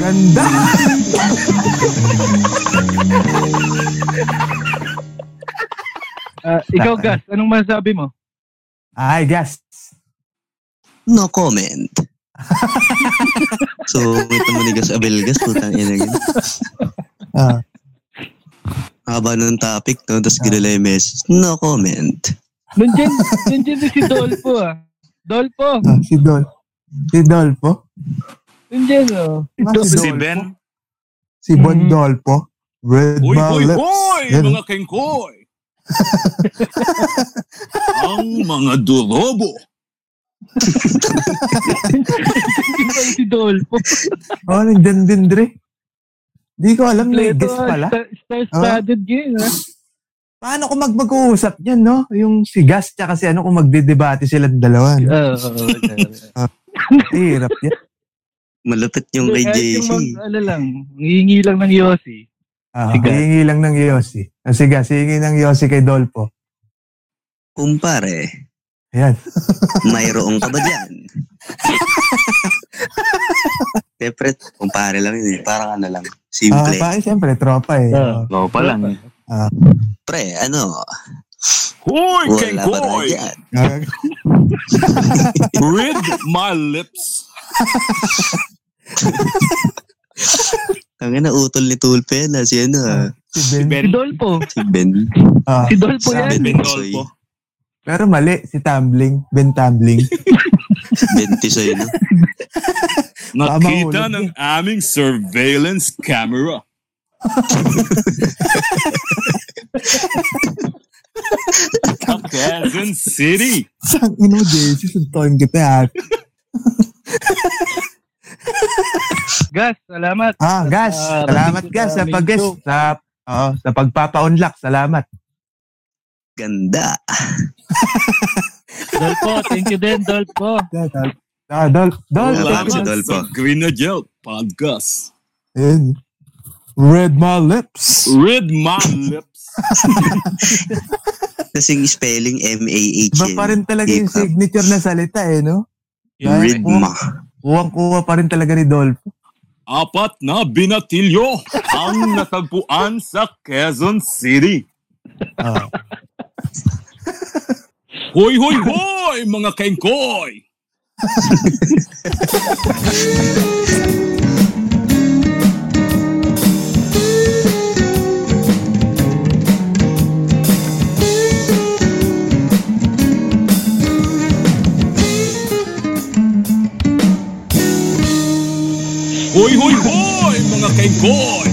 ganda! Ah, ikaw, Gas, anong masasabi mo? Ay, gas. No comment. so, ito mo ni Gas Abelgas, putang ina yun. Ah. Haba ng topic, no? Tapos ginala yung message. No comment. Nandiyan, nandiyan din si Dolpo ah. Dolpo, Ah, si Dol. Si Dolpo? nandiyan oh. Ah, Dolpo. Si Ben? Si Bon Mm. Dolpo? Red Uy, Ball uy, Lips. uy! Yan. Mga kengkoy! Ang mga durobo! Nandiyan si Dolpo. Oh, nandyan din, Dre. Di ko alam, may Ito guest pala. star-studded game ah. Paano kung mag- mag-uusap niyan, no? Yung si Gas tsaka si ano kung magdedebate silang dalawa. No? Oo, oo, oo. Hirap yan. Malapit yung Hindi, kay kahit JC. mga, ano lang, hihingi lang ng Yossi. Ah, Si Gas. hihingi lang ng Yossi. Ah, si Gas, hihingi ng Yossi kay Dolpo. Kumpare, Ayan. mayroong ka ba dyan? Siyempre, kumpare lang yun. eh. Parang ano lang. Ah, Simple. pa, eh, siyempre, tropa eh. Ah. Ah, Ikaw pa lang. Pre, ano? Hoy, Wala ba na kengkoy! dyan? Ah, Read my lips! Ang ina, utol ni Tulpen na si ano ah. si Ben. Si Dolpo. Si Ben. Ah, Si Dolpo Si yan. Ben Ben Tisoy. Dolpo. pero mali, si Tumbling. Ben Tumbling. Ben Tisoy, no? Nakita Tama, ng aming surveillance camera. Sa Quezon City. Sang ino, JC, suntuin kita at. Gas, salamat. Ah, Gas, Ah, salamat maraming Gas sa maraming pag-guest. show. Sa, oo, sa pagpapa-unlock, salamat. Ganda. Dolpo, thank you din, Dolpo. Ah, Dol, ah, Dol, Dol, Wala thank pa si you. Salamat Dol. Dolpo. sa Grenadier Podcast. Ayun. Red my lips. Read my lips. Kasing spelling M-A-H-N. Iba pa rin talaga yung Hip-hop. signature na salita eh, no? Ay, Read ma. Kuwang-kuwa pa rin talaga ni Dolph. Apat na binatilyo ang natagpuan sa Quezon City. Ah. Hoy, hoy, hoy, mga kengkoy! Hoy, hoy, hoy, mga kengkoy!